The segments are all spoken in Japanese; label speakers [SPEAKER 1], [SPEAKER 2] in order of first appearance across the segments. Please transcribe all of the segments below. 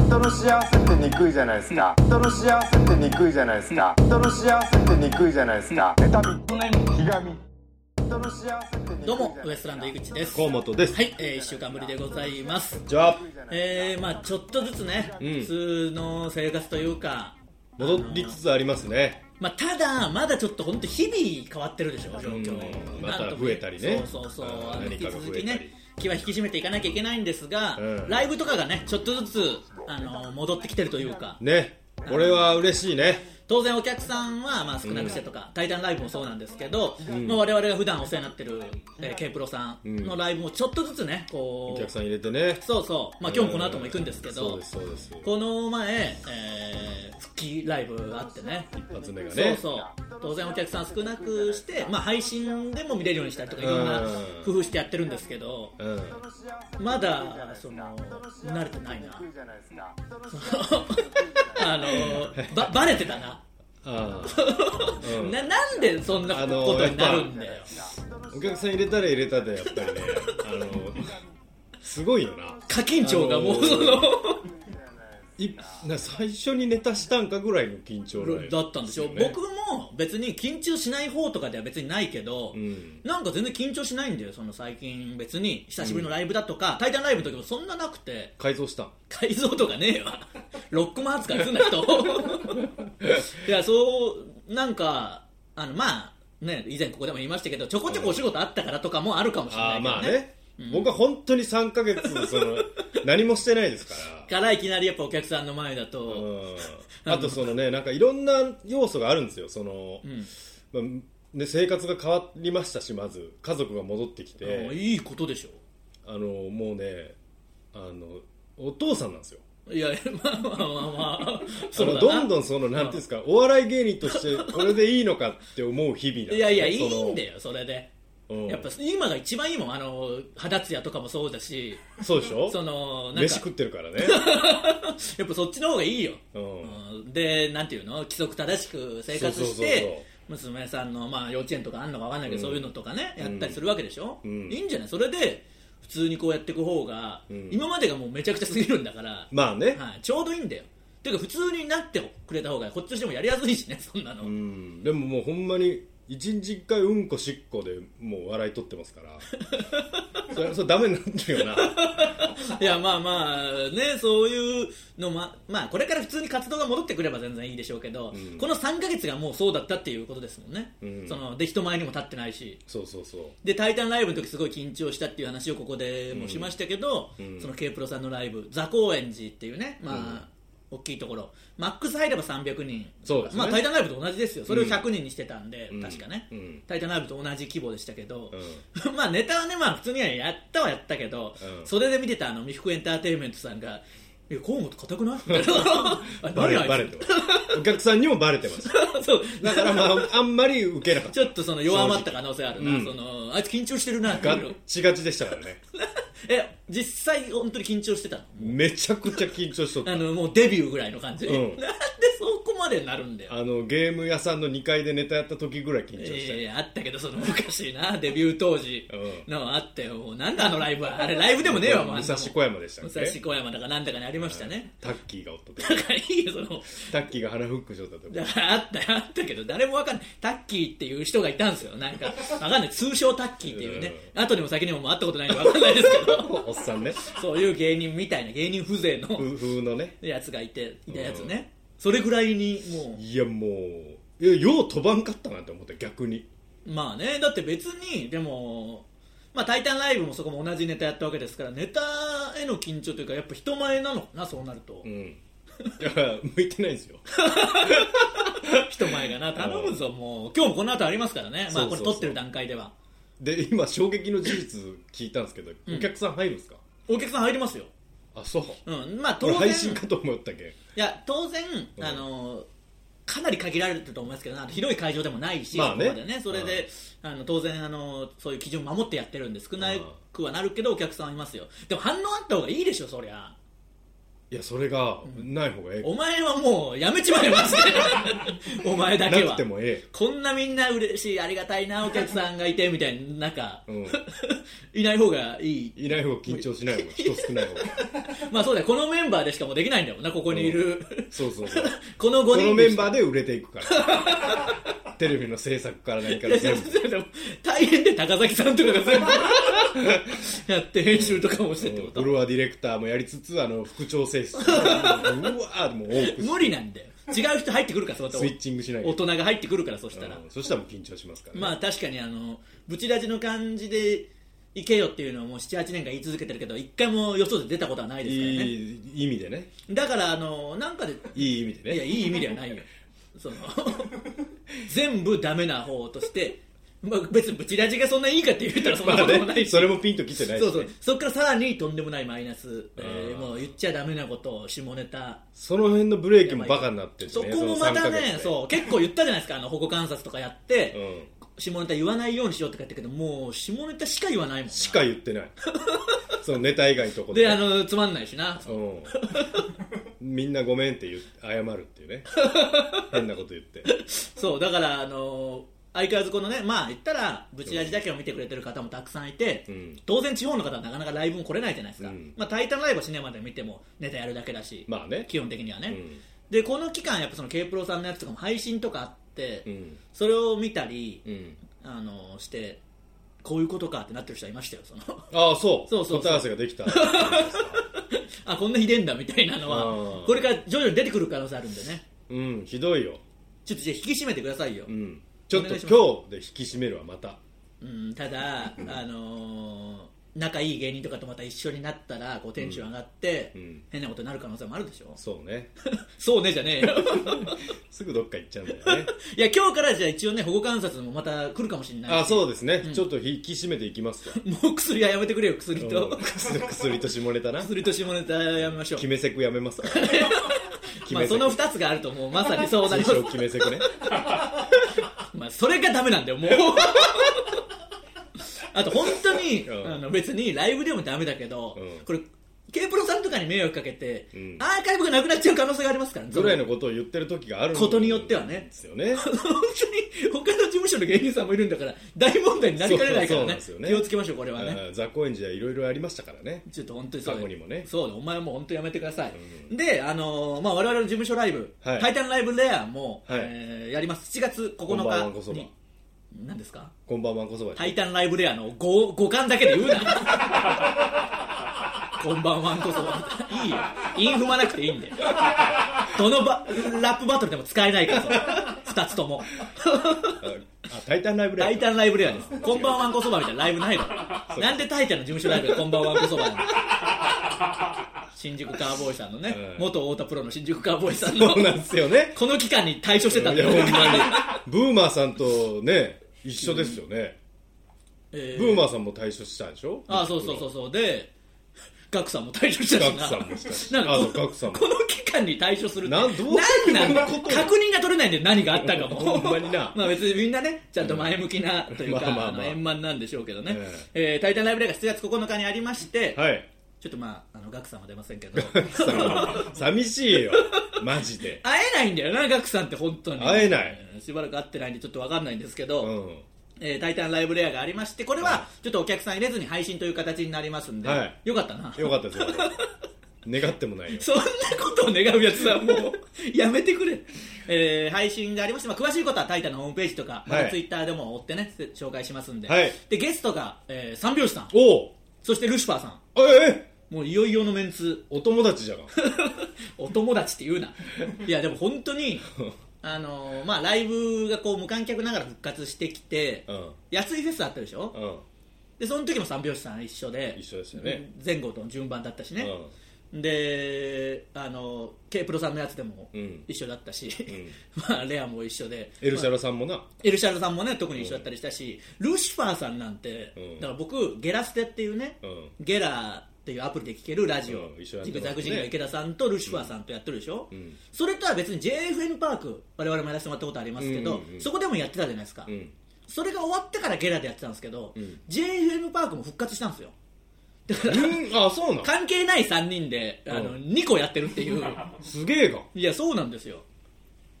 [SPEAKER 1] 人の幸せってにくいじゃないですか人の幸せってにくいじゃないですか人の幸せってにくいじゃないですか妬みひがみ人の幸せって
[SPEAKER 2] どうもウエストランド井口です
[SPEAKER 3] 河本です。
[SPEAKER 2] はい、えー、1週間ぶりでございます
[SPEAKER 3] じゃあ、
[SPEAKER 2] えー、まあちょっとずつね、
[SPEAKER 3] ん
[SPEAKER 2] 普通の生活というか
[SPEAKER 3] 戻りつつありますね。
[SPEAKER 2] まあ、ただ、まだちょっと本当、日々変わってるでしょ、状況
[SPEAKER 3] うんまた増えたりね
[SPEAKER 2] そうそうそう、
[SPEAKER 3] うん
[SPEAKER 2] あの引
[SPEAKER 3] 何
[SPEAKER 2] き
[SPEAKER 3] かが増えたり
[SPEAKER 2] 続きね、気は引き締めていかなきゃいけないんですが、
[SPEAKER 3] うん
[SPEAKER 2] ライブとかがね、ちょっとずつあの戻ってきてるというか、
[SPEAKER 3] ね。これは嬉しいね。
[SPEAKER 2] 当然、お客さんはまあ少なくしてとか、タイタンライブもそうなんですけど、まあ我々が普段お世話になってる、えー、K プロさんのライブもちょっとずつね、こう
[SPEAKER 3] お客さん入れてね。
[SPEAKER 2] そうそう、まあ、今日もこの後も行くんですけど、
[SPEAKER 3] そうです、そうです。
[SPEAKER 2] この前、えー復帰ライブがあってね。
[SPEAKER 3] 一発目が
[SPEAKER 2] そう
[SPEAKER 3] ね。
[SPEAKER 2] そう当然お客さん少なくして、まあ、配信でも見れるようにしたりとかいろんな
[SPEAKER 3] うん
[SPEAKER 2] 工夫してやってるんですけど
[SPEAKER 3] うん。
[SPEAKER 2] まだその慣れてないなあのばバレてたな
[SPEAKER 3] あ ーうん
[SPEAKER 2] ななんでそんな
[SPEAKER 3] あの
[SPEAKER 2] ことになるんだよ、
[SPEAKER 3] お客さん入れたら入れたで、やっぱりね。あの、すごいよな。
[SPEAKER 2] 課金長がもう
[SPEAKER 3] あの
[SPEAKER 2] その
[SPEAKER 3] いな最初にネタしたんかぐらいの緊張だよね
[SPEAKER 2] だったんでしょ、
[SPEAKER 3] ね
[SPEAKER 2] 僕も別に緊張しない方とかでは別にないけど、
[SPEAKER 3] うん
[SPEAKER 2] なんか全然緊張しないんだよその最近別に久しぶりのライブだとか「タイタンライブ」の時もそんななくて
[SPEAKER 3] 改造したん
[SPEAKER 2] 改造とかねえわ ロックマン扱いすんな人 いやそうなんかあのまあね以前ここでも言いましたけどちょこちょこお仕事あったからとかもあるかもしれ
[SPEAKER 3] あ
[SPEAKER 2] な
[SPEAKER 3] あ
[SPEAKER 2] い
[SPEAKER 3] まあ
[SPEAKER 2] けどね
[SPEAKER 3] ね、僕は本当に3か月その何もしてないですから
[SPEAKER 2] からいきなりやっぱお客さんの前だと、
[SPEAKER 3] うんあとそのねなんかいろんな要素があるんですよその、まあね、生活が変わりましたしまず家族が戻ってき
[SPEAKER 2] もう
[SPEAKER 3] て
[SPEAKER 2] いいことでし
[SPEAKER 3] あのもうねあのお父さんなんですよ
[SPEAKER 2] ょいやまあまあまあまあ
[SPEAKER 3] その
[SPEAKER 2] だな
[SPEAKER 3] どんどんそのなんていうんですかお笑い芸人としてこれでいいのかって思う日々なんです
[SPEAKER 2] い
[SPEAKER 3] よ
[SPEAKER 2] やいやい
[SPEAKER 3] その
[SPEAKER 2] いんだよそれで
[SPEAKER 3] うん
[SPEAKER 2] やっぱ今が一番いいもんあの肌ツヤとかもそうだし
[SPEAKER 3] そうでしょ
[SPEAKER 2] そのなんか
[SPEAKER 3] 飯食ってるから ね、
[SPEAKER 2] やっぱそっちの方がいいよ
[SPEAKER 3] うん
[SPEAKER 2] うんでなんていうの規則正しく生活し
[SPEAKER 3] そうそうそう
[SPEAKER 2] て娘さんの、まあ、幼稚園とかあんのかわかんないけど、
[SPEAKER 3] うん
[SPEAKER 2] そういうのとかねやったりするわけでしょ、
[SPEAKER 3] うん
[SPEAKER 2] いいんじゃないそれで普通にこうやっていく方が、
[SPEAKER 3] ん
[SPEAKER 2] 今までがもうめちゃくちゃすぎるんだから、
[SPEAKER 3] まあね、
[SPEAKER 2] はい、ちょうどいいんだよていうか普通になってくれた方がこっちとしてもやりやすいしねそんなの、
[SPEAKER 3] うん、でももうほんまに一日一回うんこしっこでもう笑い取ってますから それそれダメになってるよない
[SPEAKER 2] やまあまあねそういうのままあこれから普通に活動が戻ってくれば全然いいでしょうけど、
[SPEAKER 3] ん
[SPEAKER 2] この3ヶ月がもうそうだったっていうことですもんね、
[SPEAKER 3] うん
[SPEAKER 2] そので人前にも立ってないし
[SPEAKER 3] そうそうそう
[SPEAKER 2] で「タイタンライブ」の時すごい緊張したっていう話をここでもしましたけど、
[SPEAKER 3] うん
[SPEAKER 2] その K プロさんのライブ座高円寺っていうねまあ、大きいところマックス入れば300人
[SPEAKER 3] そうですね
[SPEAKER 2] まあ、タイタンライブと同じですよそれを100人にしてたんで、
[SPEAKER 3] うん
[SPEAKER 2] 確かね、
[SPEAKER 3] うん
[SPEAKER 2] タイタンライブと同じ規模でしたけど、
[SPEAKER 3] うん
[SPEAKER 2] まあネタはね、まあ、普通にはやったはやったけど、
[SPEAKER 3] うん
[SPEAKER 2] それで見てたあの未福エンターテインメントさんが「え河本硬く ない?あ」
[SPEAKER 3] バレ
[SPEAKER 2] 何
[SPEAKER 3] バ
[SPEAKER 2] あ
[SPEAKER 3] レ
[SPEAKER 2] い
[SPEAKER 3] てますお客さんにもバレてます
[SPEAKER 2] つ そう
[SPEAKER 3] だからまああんまり受けなかっ
[SPEAKER 2] ちょっとその弱まった可能性あるな、
[SPEAKER 3] うん
[SPEAKER 2] そのあいつ緊張してるなって
[SPEAKER 3] た
[SPEAKER 2] い
[SPEAKER 3] ガ
[SPEAKER 2] うの
[SPEAKER 3] ッチガチでしたからね
[SPEAKER 2] え実際本当に緊張してたの
[SPEAKER 3] めちゃくちゃ緊張しとった
[SPEAKER 2] あのもうデビューぐらいの感じ、
[SPEAKER 3] うん
[SPEAKER 2] なんでそこまでになるんだよ
[SPEAKER 3] あのゲーム屋さんの2階でネタやった時ぐらい緊張
[SPEAKER 2] いや
[SPEAKER 3] し
[SPEAKER 2] い
[SPEAKER 3] た
[SPEAKER 2] や
[SPEAKER 3] よ
[SPEAKER 2] いやあったけどその昔なデビュー当時
[SPEAKER 3] う
[SPEAKER 2] のあったよもうなんだあのライブはあれライブでもねえわもうあ
[SPEAKER 3] 武
[SPEAKER 2] んな
[SPEAKER 3] 蔵
[SPEAKER 2] もん
[SPEAKER 3] 小山でしたっ
[SPEAKER 2] 武
[SPEAKER 3] け
[SPEAKER 2] 蔵小山だかなんだかにありましたね、
[SPEAKER 3] タッキーがおった時
[SPEAKER 2] だからいいよその
[SPEAKER 3] タッキーが腹フックしとった時
[SPEAKER 2] だからあったあったけど誰もわかんないタッキーっていう人がいたんですよなんかわかんない通称タッキーっていうね、後にも先にももう会ったことないんでわかんないですけど
[SPEAKER 3] おっさんね
[SPEAKER 2] そういう芸人みたいな芸人風情の
[SPEAKER 3] ふ風のね
[SPEAKER 2] やつがいていたやつね、それぐらいにも
[SPEAKER 3] いやもういやよう飛ばんかったなって思った逆に
[SPEAKER 2] うまあねだって別にでも「まあ、タイタンライブ」もそこも同じネタやったわけですからネタへの緊張というかやっぱ人前なのかなそうなると、
[SPEAKER 3] うんだから向いてないんですよ
[SPEAKER 2] 人前がな頼むぞもう今日もこの後ありますからねまあこ
[SPEAKER 3] そうそう
[SPEAKER 2] れ
[SPEAKER 3] そう
[SPEAKER 2] 撮ってる段階では
[SPEAKER 3] で今衝撃の事実聞いたんですけど、お客さん入るんですか
[SPEAKER 2] お客さん入りますよ
[SPEAKER 3] あそう
[SPEAKER 2] うんまあ当
[SPEAKER 3] 俺
[SPEAKER 2] 然
[SPEAKER 3] 配信かと思ったけ
[SPEAKER 2] いや当然、
[SPEAKER 3] ん
[SPEAKER 2] あのかなり限られてると思いますけどあの広い会場でもないし、
[SPEAKER 3] まあね
[SPEAKER 2] そこまでねそれで、あの当然あのそういう基準守ってやってるんで少なくはなるけどお客さんはいますよでも反応あった方がいいでしょそりゃ
[SPEAKER 3] いやそれがない方がええ、
[SPEAKER 2] お前はもうやめちまえます お前だけ
[SPEAKER 3] な
[SPEAKER 2] は
[SPEAKER 3] くてもえ
[SPEAKER 2] こんなみんな嬉しいありがたいなお客さんがいてみたいななんか、
[SPEAKER 3] うん
[SPEAKER 2] いない方がいい
[SPEAKER 3] えいない方が緊張しない方 が人少ない方が
[SPEAKER 2] まあそうだよこのメンバーでしかもうできないんだもんなここにいる、
[SPEAKER 3] そうそうそう
[SPEAKER 2] この
[SPEAKER 3] こ
[SPEAKER 2] 5人
[SPEAKER 3] のメン
[SPEAKER 2] ー
[SPEAKER 3] バーで売れていくからテレビの制作から何から全 部
[SPEAKER 2] 大変で高崎さんとかが全部 やって編集とかもしてってこと
[SPEAKER 3] フロアディレクターもやりつつあの副調整室うわーもう多く
[SPEAKER 2] 無理なんだよ違う人入ってくるから そうやって
[SPEAKER 3] スイッチングしないと
[SPEAKER 2] 大人が入ってくるからそしたら、
[SPEAKER 3] うんそしたらもう緊張しますから、ね
[SPEAKER 2] まあ確かにあのブチラジの感じで行けよっていうのをもう78年間言い続けてるけど一回もよそで出たことはないですからね
[SPEAKER 3] いい意味でね
[SPEAKER 2] だからあのなんかで
[SPEAKER 3] いい意味で
[SPEAKER 2] いや
[SPEAKER 3] ね
[SPEAKER 2] いい意味ではないよその全部ダメな方として、まあ、別にブチラジがそんないいかって言ったらそん
[SPEAKER 3] ま
[SPEAKER 2] なこ
[SPEAKER 3] あ
[SPEAKER 2] ともない
[SPEAKER 3] ね
[SPEAKER 2] し、
[SPEAKER 3] それもピンときてないし
[SPEAKER 2] そ
[SPEAKER 3] ね
[SPEAKER 2] うそうそこからさらにとんでもないマイナス、えー
[SPEAKER 3] うん
[SPEAKER 2] もう言っちゃダメなことを下ネタ
[SPEAKER 3] その辺のブレーキもバカになってるし
[SPEAKER 2] そ
[SPEAKER 3] ね
[SPEAKER 2] こもまた
[SPEAKER 3] の3ヶ月
[SPEAKER 2] ね
[SPEAKER 3] で
[SPEAKER 2] そう結構言ったじゃないですかあの保護観察とかやって、
[SPEAKER 3] うん
[SPEAKER 2] 下ネタ言わないようにしようって書いてあるけどもう下ネタしか言わないもんな
[SPEAKER 3] しか言ってない そのネタ以外のとこ
[SPEAKER 2] であのつまんないしな
[SPEAKER 3] うん、みんなごめんって言う謝るっていうね変なこと言って
[SPEAKER 2] そうだからあの相変わらずこのねまあ言ったらブチラジだけを見てくれてる方もたくさんいて、
[SPEAKER 3] うん
[SPEAKER 2] 当然地方の方はなかなかライブも来れないじゃないですか、
[SPEAKER 3] うん
[SPEAKER 2] まあ、タイタンライブはシネマで見てもネタやるだけだし、
[SPEAKER 3] まあね
[SPEAKER 2] 基本的にはね、
[SPEAKER 3] うん
[SPEAKER 2] でこの期間やっぱその K プロさんのやつとかも配信とかあって、
[SPEAKER 3] うん
[SPEAKER 2] それを見たり、
[SPEAKER 3] うん
[SPEAKER 2] あのしてこういうことかってなってる人はいましたよその
[SPEAKER 3] ああそう
[SPEAKER 2] そうそうそう
[SPEAKER 3] 答え合わせができた
[SPEAKER 2] あこんなひでえんだみたいなの
[SPEAKER 3] う
[SPEAKER 2] は
[SPEAKER 3] ん
[SPEAKER 2] これから徐々に出てくる可能性あるんでね
[SPEAKER 3] うんひどいよ、
[SPEAKER 2] ちょっとじゃあ引き締めてくださいよ、
[SPEAKER 3] うん、ちょ
[SPEAKER 2] お
[SPEAKER 3] っと
[SPEAKER 2] 願いします
[SPEAKER 3] 今日で引き締めるわまた
[SPEAKER 2] うん、ただ、あのー仲いい芸人とかとまた一緒になったらこうテンション上がって、
[SPEAKER 3] うん
[SPEAKER 2] 変なことになる可能性もあるでしょ
[SPEAKER 3] そうね
[SPEAKER 2] そうねじゃねえよ
[SPEAKER 3] すぐどっか行っちゃうんだよね
[SPEAKER 2] いや今日からじゃあ一応ね保護観察もまた来るかもしれないし
[SPEAKER 3] ああそうですね、ちょっと引き締めていきますわ
[SPEAKER 2] もう薬はやめてくれよ薬と、
[SPEAKER 3] うん薬と下 ネタな
[SPEAKER 2] 薬と下ネタやめましょう
[SPEAKER 3] 決めセクやめ ますか決
[SPEAKER 2] まあ、
[SPEAKER 3] め
[SPEAKER 2] そ
[SPEAKER 3] セク
[SPEAKER 2] の2つがあるともうまさにそうなり
[SPEAKER 3] 通
[SPEAKER 2] ます
[SPEAKER 3] 称決めセクね
[SPEAKER 2] まあ、それがダメなんだよもう あと本当に、
[SPEAKER 3] うん
[SPEAKER 2] あの別にライブでもダメだけど、
[SPEAKER 3] うん
[SPEAKER 2] これ K プロさんとかに迷惑かけて、
[SPEAKER 3] うん
[SPEAKER 2] アーカイブがなくなっちゃう可能性がありますからね
[SPEAKER 3] ぐらいのことを言ってる時がある
[SPEAKER 2] ことによってはね
[SPEAKER 3] ですよね
[SPEAKER 2] 本当に他の事務所の芸人さんもいるんだから大問題になりかねないからね
[SPEAKER 3] そうそうそうなんですよね
[SPEAKER 2] 気をつけましょうこれはね、
[SPEAKER 3] うん雑高円寺はいろいろありましたからね
[SPEAKER 2] ちょっと本当にそうだよ
[SPEAKER 3] 過去にもね
[SPEAKER 2] そうだお前はもう本当にやめてください、で、あのーまあ、我々の事務所ライブ「
[SPEAKER 3] はい
[SPEAKER 2] タイタンライブレアも」
[SPEAKER 3] はい
[SPEAKER 2] えーやります7月
[SPEAKER 3] こんばんは
[SPEAKER 2] 9
[SPEAKER 3] こそ
[SPEAKER 2] 日
[SPEAKER 3] ば
[SPEAKER 2] に何ですか
[SPEAKER 3] こんばんはこそ
[SPEAKER 2] 「
[SPEAKER 3] ば
[SPEAKER 2] タイタンライブレア」の 5, 五巻だけで言う なこんばんはこそいいよイン踏まなくていいんだよどのばラップバトルでも使えないからそれ2つとも
[SPEAKER 3] ああタイタンライブレア
[SPEAKER 2] タイタンライブレアです。こんばんはんこそばみたいなライブないの。なんでタイタンの事務所ライブでこんばんはんこそばなの新宿カーボーイさんのね、
[SPEAKER 3] うん
[SPEAKER 2] 元太田プロの新宿カーボーイさんの
[SPEAKER 3] そう、なんですよね
[SPEAKER 2] この期間に退所してたん
[SPEAKER 3] い
[SPEAKER 2] だ
[SPEAKER 3] や
[SPEAKER 2] よ
[SPEAKER 3] ほん。まにブーマーさんとね一緒ですよね、
[SPEAKER 2] え
[SPEAKER 3] ブーマーさんも退所したでしょ
[SPEAKER 2] あそうそうそうそう。で、ガクさんも退所したしな。
[SPEAKER 3] ガクさんもしたしあそうガクさんも
[SPEAKER 2] この期間に退所するって。
[SPEAKER 3] なんどう
[SPEAKER 2] なんなんだ
[SPEAKER 3] こんなこと
[SPEAKER 2] 確認が取れないんで何があったかも。
[SPEAKER 3] ほんまにな
[SPEAKER 2] まあ別にみんなね、ちゃんと前向きなというか、
[SPEAKER 3] まあまあまあ
[SPEAKER 2] あの円満なんでしょうけどね。
[SPEAKER 3] え
[SPEAKER 2] えータイタンライブレアが7月9日にありまして、
[SPEAKER 3] はい
[SPEAKER 2] ちょっとまあ、あの、ガクさんは出ませんけど、
[SPEAKER 3] さ ん寂しいよマジで
[SPEAKER 2] 会えないんだよな、ガクさんって本当に。
[SPEAKER 3] 会えない
[SPEAKER 2] うん。しばらく会ってないんで、ちょっとわかんないんですけど、
[SPEAKER 3] うん
[SPEAKER 2] えータイタンライブレアがありまして、これはちょっとお客さん入れずに配信という形になりますんで、
[SPEAKER 3] はい
[SPEAKER 2] よかったな。
[SPEAKER 3] よかったですよ願ってもないよ
[SPEAKER 2] そんなことを願うやつはもう やめてくれ、えー配信がありまして、まあ、詳しいことは「タイタン」のホームページとか、ま
[SPEAKER 3] は
[SPEAKER 2] た
[SPEAKER 3] い
[SPEAKER 2] ツイッターでも追ってねせ紹介しますんで,、
[SPEAKER 3] はい
[SPEAKER 2] でゲストが、えー三拍子さん
[SPEAKER 3] お
[SPEAKER 2] そしてルシファーさん
[SPEAKER 3] おええ
[SPEAKER 2] もういよいよのメンツ
[SPEAKER 3] お友達じゃが
[SPEAKER 2] お友達って 言うないやでも本当にあのーまあライブがこう無観客ながら復活してきて、
[SPEAKER 3] うん
[SPEAKER 2] 安いフェスあったでしょ、
[SPEAKER 3] うん
[SPEAKER 2] でその時も三拍子さん一緒で
[SPEAKER 3] 一緒でしたね
[SPEAKER 2] 前後との順番だったしね、であの K プロさんのやつでも
[SPEAKER 3] うん
[SPEAKER 2] 一緒だったし、 まあ、レアも一緒で
[SPEAKER 3] エルシャラさんもな
[SPEAKER 2] エルシャルさんもね特に一緒だったりしたし、ルシファーさんなんて、
[SPEAKER 3] うん
[SPEAKER 2] だから僕ゲラステっていうね、
[SPEAKER 3] うん
[SPEAKER 2] ゲラっていうアプリで聴けるラジオ、
[SPEAKER 3] うん一緒やっ
[SPEAKER 2] ジ
[SPEAKER 3] て
[SPEAKER 2] グ
[SPEAKER 3] ま
[SPEAKER 2] ザ
[SPEAKER 3] すね
[SPEAKER 2] グジギーの池田さんとルシファーさんとやってるでしょ、
[SPEAKER 3] ん
[SPEAKER 2] それとは別に JFN パーク我々もやらせてもらったことありますけど、
[SPEAKER 3] うんうんうん
[SPEAKER 2] そこでもやってたじゃないですか、
[SPEAKER 3] うん
[SPEAKER 2] それが終わってからゲラでやってたんですけど、
[SPEAKER 3] ん
[SPEAKER 2] JFN パークも復活したんですよ
[SPEAKER 3] うんあそうなん
[SPEAKER 2] 関係ない3人であの、
[SPEAKER 3] う
[SPEAKER 2] 2個やってるって いう
[SPEAKER 3] すげえが
[SPEAKER 2] いやそうなんですよ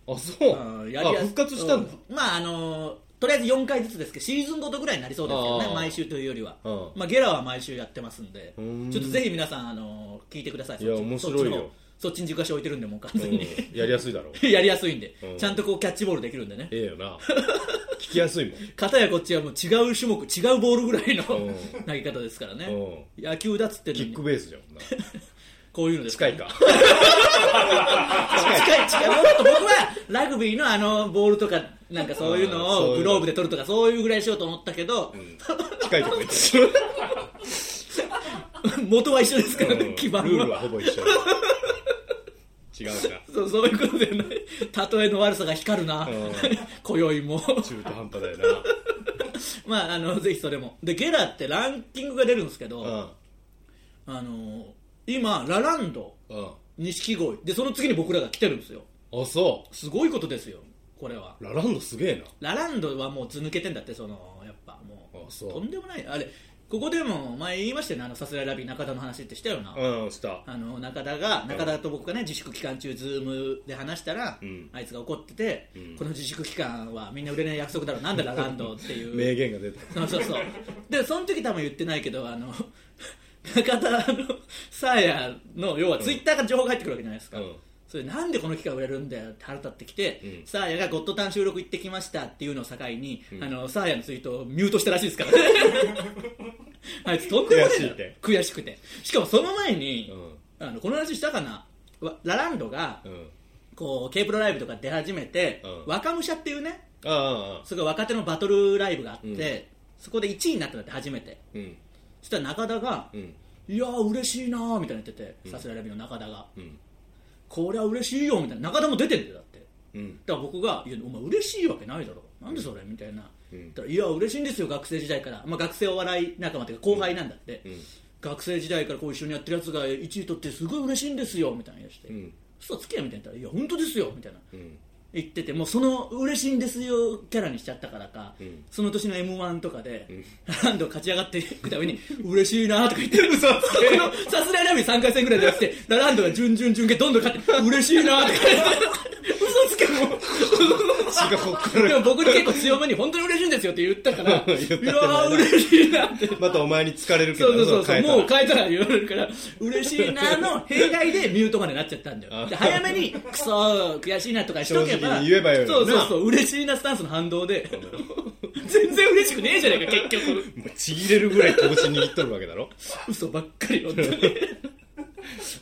[SPEAKER 3] あそう
[SPEAKER 2] うんやり
[SPEAKER 3] あ
[SPEAKER 2] やす
[SPEAKER 3] 復活したんだ
[SPEAKER 2] うまああのーとりあえず4回ずつですけどシーズンごとぐらいになりそうですけどね
[SPEAKER 3] あー
[SPEAKER 2] 毎週というよりは、
[SPEAKER 3] うん
[SPEAKER 2] まあ、ゲラは毎週やってますんで
[SPEAKER 3] うーん
[SPEAKER 2] ちょっとぜひ皆さん、あのー聞いてください
[SPEAKER 3] いや
[SPEAKER 2] そっち
[SPEAKER 3] 面白
[SPEAKER 2] そっち
[SPEAKER 3] いよ
[SPEAKER 2] のそっちに軸足置いてるんでもう完全に、
[SPEAKER 3] うんやりやすいだろう
[SPEAKER 2] やりやすいんで、
[SPEAKER 3] うん
[SPEAKER 2] ちゃんとこうキャッチボールできるんでね
[SPEAKER 3] ええよな聞きやすいもん
[SPEAKER 2] 片やこっちはもう違う種目違うボールぐらいの
[SPEAKER 3] うん
[SPEAKER 2] 投げ方ですからね、
[SPEAKER 3] う
[SPEAKER 2] 野球だっつってん
[SPEAKER 3] キ
[SPEAKER 2] の
[SPEAKER 3] ッ
[SPEAKER 2] に
[SPEAKER 3] クベースじゃんこんな
[SPEAKER 2] こういうのです
[SPEAKER 3] 近いか
[SPEAKER 2] 近い近いもっと僕はラグビーのあのボールとかなんかそういう
[SPEAKER 3] あーそう
[SPEAKER 2] のを
[SPEAKER 3] いうの
[SPEAKER 2] グローブで取るとかそういうぐらいしようと思ったけど、
[SPEAKER 3] 近いとこ行って
[SPEAKER 2] 元は一緒ですからね、
[SPEAKER 3] う ん
[SPEAKER 2] 基盤は
[SPEAKER 3] ルールはほぼ一緒違うか
[SPEAKER 2] そうそういうことでね例えの悪さが光るな、
[SPEAKER 3] うん
[SPEAKER 2] 今宵も
[SPEAKER 3] 中途半端だよな
[SPEAKER 2] まああのぜひそれもでゲラってランキングが出るんですけど、
[SPEAKER 3] うん
[SPEAKER 2] あの今ラランド
[SPEAKER 3] う
[SPEAKER 2] 錦鯉でその次に僕らが来てるんですよ
[SPEAKER 3] んあそ
[SPEAKER 2] すごいことですよこれは
[SPEAKER 3] うラランドすげえな
[SPEAKER 2] ラランドはもう図抜けてんだってそのやっぱも
[SPEAKER 3] あ
[SPEAKER 2] う
[SPEAKER 3] そう
[SPEAKER 2] とんでもないあれここでも前言いましたよねあのさすらいラビー中田の話ってしたよな、
[SPEAKER 3] うんした
[SPEAKER 2] あの中田が中田と僕がね自粛期間中ズームで話したら、
[SPEAKER 3] うん
[SPEAKER 2] あいつが怒ってて、
[SPEAKER 3] うん
[SPEAKER 2] この自粛期間はみんな売れない約束だろなんだラランドってい う
[SPEAKER 3] 名言が出た
[SPEAKER 2] そうそうそうでその時多分言ってないけどあの中田のサーヤの要はツイッターから情報が入ってくるわけじゃないですか、
[SPEAKER 3] うん
[SPEAKER 2] それなんでこの期間売れるんだよって腹立ってきて、
[SPEAKER 3] うん
[SPEAKER 2] サーヤが「ゴッドタン収録行ってきました」っていうのを境に、あのサーヤのツイートをミュートしたらしい ですからねあいつとんでもねえな
[SPEAKER 3] 悔しいって
[SPEAKER 2] 悔しくてしかもその前に、
[SPEAKER 3] う
[SPEAKER 2] あのこの話したかなわラランドが
[SPEAKER 3] んうん
[SPEAKER 2] こう K プロライブとか出始めて、
[SPEAKER 3] うん
[SPEAKER 2] 若武者っていうね
[SPEAKER 3] ああああ
[SPEAKER 2] すごい若手のバトルライブがあって、
[SPEAKER 3] うん
[SPEAKER 2] そこで1位になったんだって初めて
[SPEAKER 3] うん
[SPEAKER 2] そしたら中田が
[SPEAKER 3] うん
[SPEAKER 2] 「いやー嬉しいな」みたいな言っててさすらいライブの中田が
[SPEAKER 3] うん
[SPEAKER 2] 「こりゃ嬉しいよ」みたいな中田も出てんだよだって
[SPEAKER 3] うん
[SPEAKER 2] だから僕が「いやお前嬉しいわけないだろなんでそれ」みたいな、
[SPEAKER 3] うん
[SPEAKER 2] 言ったらいや嬉しいんですよ学生時代から、まあ、学生お笑い仲間というか後輩なんだって、
[SPEAKER 3] ん
[SPEAKER 2] 学生時代からこう一緒にやってるやつが1位取ってすごい嬉しいんですよみたいな言い出して、
[SPEAKER 3] うん
[SPEAKER 2] 嘘つけよみたいな言ったら「いや本当ですよ」みたいな
[SPEAKER 3] うん
[SPEAKER 2] 言っててもうその嬉しいんですよキャラにしちゃったからか、
[SPEAKER 3] ん
[SPEAKER 2] その年の m 1とかで、ラランド勝ち上がっていくために嬉しいなとか言 ってるそのさすらいラビー3回戦ぐらいでやってラランドが準々準決どんどん勝って嬉しいなとか 言って嘘つけもう
[SPEAKER 3] 血がほっか
[SPEAKER 2] で
[SPEAKER 3] る
[SPEAKER 2] も僕に結構強めに本当に嬉しいんですよって 言ったから、
[SPEAKER 3] 言ったって
[SPEAKER 2] いやー嬉しいなって。
[SPEAKER 3] またお前に疲れるけ
[SPEAKER 2] そ
[SPEAKER 3] ど
[SPEAKER 2] うそうそうそう、もう
[SPEAKER 3] 帰
[SPEAKER 2] 変えたら言われるから、嬉しいなの弊害でミュートまでなっちゃったんだよ。
[SPEAKER 3] あ
[SPEAKER 2] で早めに、くそー、悔しいなとかしとけ
[SPEAKER 3] 正直
[SPEAKER 2] ば、
[SPEAKER 3] に言えばよな
[SPEAKER 2] そうそうそう、嬉しいなスタンスの反動で、全然嬉しくねえじゃねえか、結局。
[SPEAKER 3] もうちぎれるぐらい拳握っとるわけだろ
[SPEAKER 2] 嘘ばっかり、本当に。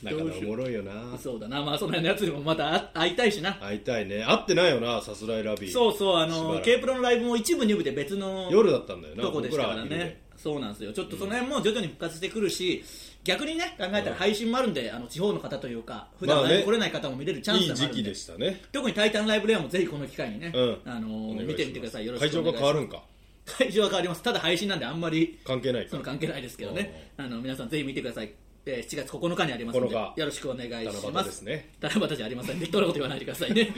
[SPEAKER 3] だからおもろいよな
[SPEAKER 2] そうだな、 まあその辺のやつにもまた会いたいしな。
[SPEAKER 3] 会いたいね会ってないよなさすらいラビー
[SPEAKER 2] そうそう、あ
[SPEAKER 3] しばら
[SPEAKER 2] の、
[SPEAKER 3] く
[SPEAKER 2] K プロのライブも一部二部で別の。
[SPEAKER 3] 夜だったんだよな
[SPEAKER 2] とこでしたから
[SPEAKER 3] 僕は昼で
[SPEAKER 2] ね、そうなんですよ、ちょっとその辺も徐々に復活してくるし、逆にね、考えたら配信もあるんで、あの地方の方というか、普段
[SPEAKER 3] まあ
[SPEAKER 2] ライ
[SPEAKER 3] ね
[SPEAKER 2] ブ来れない方も見れるチャン
[SPEAKER 3] い
[SPEAKER 2] ス
[SPEAKER 3] い
[SPEAKER 2] でもあ
[SPEAKER 3] 時
[SPEAKER 2] るん
[SPEAKER 3] 期
[SPEAKER 2] で
[SPEAKER 3] で、したね
[SPEAKER 2] 特に「タイタンライブレア」もぜひこの機会にね、
[SPEAKER 3] うん
[SPEAKER 2] あの
[SPEAKER 3] お願いします
[SPEAKER 2] 見てみてください、よろし
[SPEAKER 3] 会
[SPEAKER 2] く
[SPEAKER 3] 場
[SPEAKER 2] お願いし
[SPEAKER 3] が
[SPEAKER 2] ます
[SPEAKER 3] 変わるんか
[SPEAKER 2] 会場は変わります、ただ配信なんで、あんまり
[SPEAKER 3] 関係ない
[SPEAKER 2] そ
[SPEAKER 3] か
[SPEAKER 2] の関係ないですけどね、あの皆さん、ぜひ見てください、えー7月9日にありますので、よ
[SPEAKER 3] 9日
[SPEAKER 2] ろしくお願いし
[SPEAKER 3] 七
[SPEAKER 2] ま。
[SPEAKER 3] 夕ですすね
[SPEAKER 2] 七夕じゃありません、適当なこと言わないでくださいね、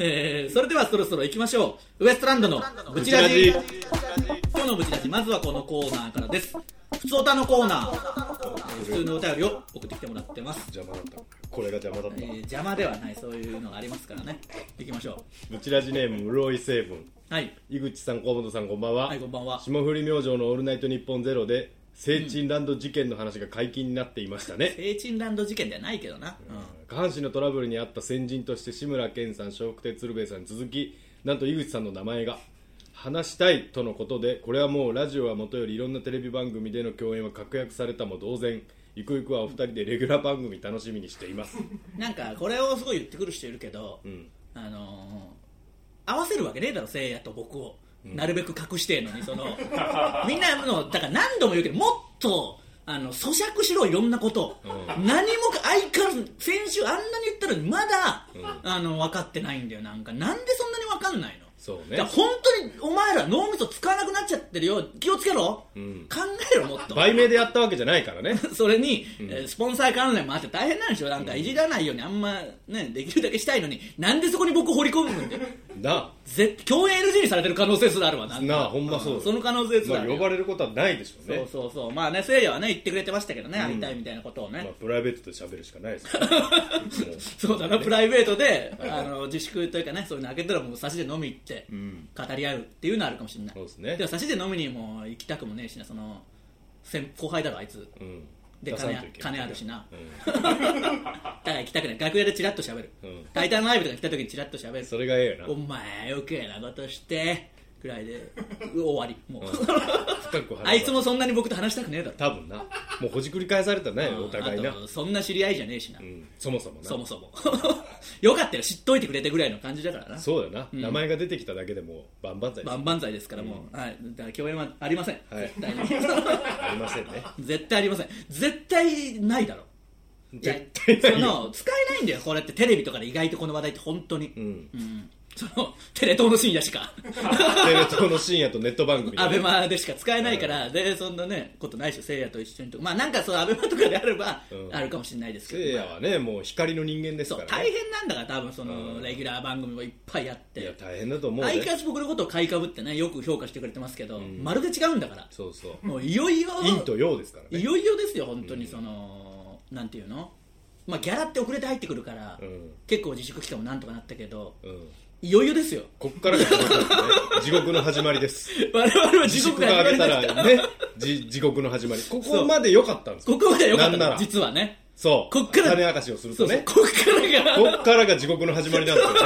[SPEAKER 2] えーそれではそろそろ行きましょうウエストランドのブチラジ
[SPEAKER 3] ブチラ
[SPEAKER 2] 今日のブチラジまずはこのコーナーからです普通歌のコーナーえー普通のお便りを送ってきてもらってます、
[SPEAKER 3] 邪魔だったこれが邪魔だっ
[SPEAKER 2] え
[SPEAKER 3] た
[SPEAKER 2] ー邪魔ではないそういうのがありますからね行きましょ
[SPEAKER 3] ブチラジネーム室井成分
[SPEAKER 2] うはい
[SPEAKER 3] 井口さん河本さんこんばんは、
[SPEAKER 2] はいこんばんは
[SPEAKER 3] 霜降り明星の「オールナイトニッポンゼロで聖鎮ランド事件の話が解禁になっていましたね、
[SPEAKER 2] エイチンランド事件ではないけどな、うん
[SPEAKER 3] 下半身のトラブルにあった先人として志村けんさん笑福亭鶴瓶さんに続きなんと井口さんの名前が話したいとのことでこれはもうラジオはもとよりいろんなテレビ番組での共演は確約されたも同然ゆくゆくはお二人でレギュラー番組楽しみにしています
[SPEAKER 2] なんかこれをすごい言ってくる人いるけど、
[SPEAKER 3] ん
[SPEAKER 2] あのー合わせるわけねえだろせいやと僕を、なるべく隠してえのにそのみんなのだから何度も言うけどもっとあの咀嚼しろいろんなことを、何もか相変わらず先週あんなに言ったのにまだ、あの分かってないんだよなんかなんでそんなに分かんないの
[SPEAKER 3] そう
[SPEAKER 2] だから
[SPEAKER 3] ね
[SPEAKER 2] 本当にお前ら脳みそ使わなくなっちゃってるよ気をつけろ、考えろもっと
[SPEAKER 3] 売名でやったわけじゃない からね
[SPEAKER 2] それに、えースポンサー関連もあって大変なんでしょなんかいじらないようにあんまねできるだけしたいのになんでそこに僕掘り込むんで
[SPEAKER 3] な
[SPEAKER 2] ぜ共演 NG にされてる可能性すらあるわな
[SPEAKER 3] あなあほんまそうだ
[SPEAKER 2] その可能性す
[SPEAKER 3] ま
[SPEAKER 2] ら
[SPEAKER 3] あ
[SPEAKER 2] ある
[SPEAKER 3] 呼
[SPEAKER 2] よ
[SPEAKER 3] ばれることはないでしょうね
[SPEAKER 2] そうそうそうまあねせいやはね言ってくれてましたけどね、会いたいみたいなことをね、
[SPEAKER 3] まあ、プライベートで喋るしかないですから、もう
[SPEAKER 2] そうだな、プライベートで、
[SPEAKER 3] い
[SPEAKER 2] あの自粛というかね、そういうの開けたら、もう差しで飲み行って、
[SPEAKER 3] ん
[SPEAKER 2] 語り合うっていうのはあるかもしれない。
[SPEAKER 3] そうですね
[SPEAKER 2] も差しで飲みにも行きたくもねえしな、その先後輩だろ、あいつ。
[SPEAKER 3] うん
[SPEAKER 2] で
[SPEAKER 3] 出さ
[SPEAKER 2] 金
[SPEAKER 3] ん
[SPEAKER 2] あ
[SPEAKER 3] といけない
[SPEAKER 2] 金あるしな、
[SPEAKER 3] う
[SPEAKER 2] だから 行きたくない楽屋でチラッと喋る、
[SPEAKER 3] うん
[SPEAKER 2] タイタンライブとか来た時にチラッと喋る
[SPEAKER 3] んそれがええよ
[SPEAKER 2] お
[SPEAKER 3] な
[SPEAKER 2] 前余計なことしてくらいで う終わりもう、
[SPEAKER 3] 深く 話す
[SPEAKER 2] あいつもそんなに僕と話したくねえだろ
[SPEAKER 3] 多分なもうほじくり返されたらねお互いな
[SPEAKER 2] あ、とそんな知り合いじゃねえしな、
[SPEAKER 3] うん、そもそもな
[SPEAKER 2] そもそも よかったよ知っといてくれてぐらいの感じだからな
[SPEAKER 3] そうだな、名前が出てきただけでもう万々歳です
[SPEAKER 2] 万々歳ですからもう、はい、だから共演はありません、
[SPEAKER 3] はい
[SPEAKER 2] 絶対に
[SPEAKER 3] ありませんね
[SPEAKER 2] 絶対ありません絶対ないだろいや
[SPEAKER 3] 絶対ない
[SPEAKER 2] そ
[SPEAKER 3] よ
[SPEAKER 2] の使えないんだよこれってテレビとかで意外とこの話題って本当に、
[SPEAKER 3] うん
[SPEAKER 2] うんそのテレ東の深夜し か
[SPEAKER 3] テレ東の深夜とネット番組
[SPEAKER 2] アベマでしか使えないから、でそんなねことないでしょせいやと一緒にとかまあなんかそうアベマとかであれば、
[SPEAKER 3] うん
[SPEAKER 2] あるかもしれないですけど
[SPEAKER 3] せいやはねもう光の人間です
[SPEAKER 2] そ
[SPEAKER 3] か
[SPEAKER 2] う
[SPEAKER 3] ら
[SPEAKER 2] 大
[SPEAKER 3] ね
[SPEAKER 2] 変なんだから多分その、
[SPEAKER 3] うん
[SPEAKER 2] レギュラー番組もいっぱいやって
[SPEAKER 3] いや大変だと思う
[SPEAKER 2] 相変わ
[SPEAKER 3] ね
[SPEAKER 2] らず僕のことを買いかぶってねよく評価してくれてますけど、まるで違うんだから
[SPEAKER 3] そうそう
[SPEAKER 2] もういよいよ
[SPEAKER 3] 陰と陽ですから
[SPEAKER 2] い
[SPEAKER 3] ね
[SPEAKER 2] よいよですよ本当にその、なんていうのまあギャラって遅れて入ってくるから、
[SPEAKER 3] うん
[SPEAKER 2] 結構自粛期間もなんとかなったけど
[SPEAKER 3] うん
[SPEAKER 2] いよいよですよ
[SPEAKER 3] こっからが地獄ですね地獄の始まりです
[SPEAKER 2] 我々は
[SPEAKER 3] 自
[SPEAKER 2] 地
[SPEAKER 3] 粛
[SPEAKER 2] 獄
[SPEAKER 3] が
[SPEAKER 2] が
[SPEAKER 3] 上
[SPEAKER 2] 始
[SPEAKER 3] げ
[SPEAKER 2] まりで
[SPEAKER 3] た
[SPEAKER 2] すから
[SPEAKER 3] らねじ地獄の始まりここまで良かったんですよ
[SPEAKER 2] ここまではよかった
[SPEAKER 3] なんな
[SPEAKER 2] の
[SPEAKER 3] ら
[SPEAKER 2] 実はね
[SPEAKER 3] そう
[SPEAKER 2] こっから
[SPEAKER 3] 種明かしをする
[SPEAKER 2] そ
[SPEAKER 3] と
[SPEAKER 2] うそう
[SPEAKER 3] ね
[SPEAKER 2] こっから
[SPEAKER 3] こ
[SPEAKER 2] が
[SPEAKER 3] っからが地獄の始まりなん ですよね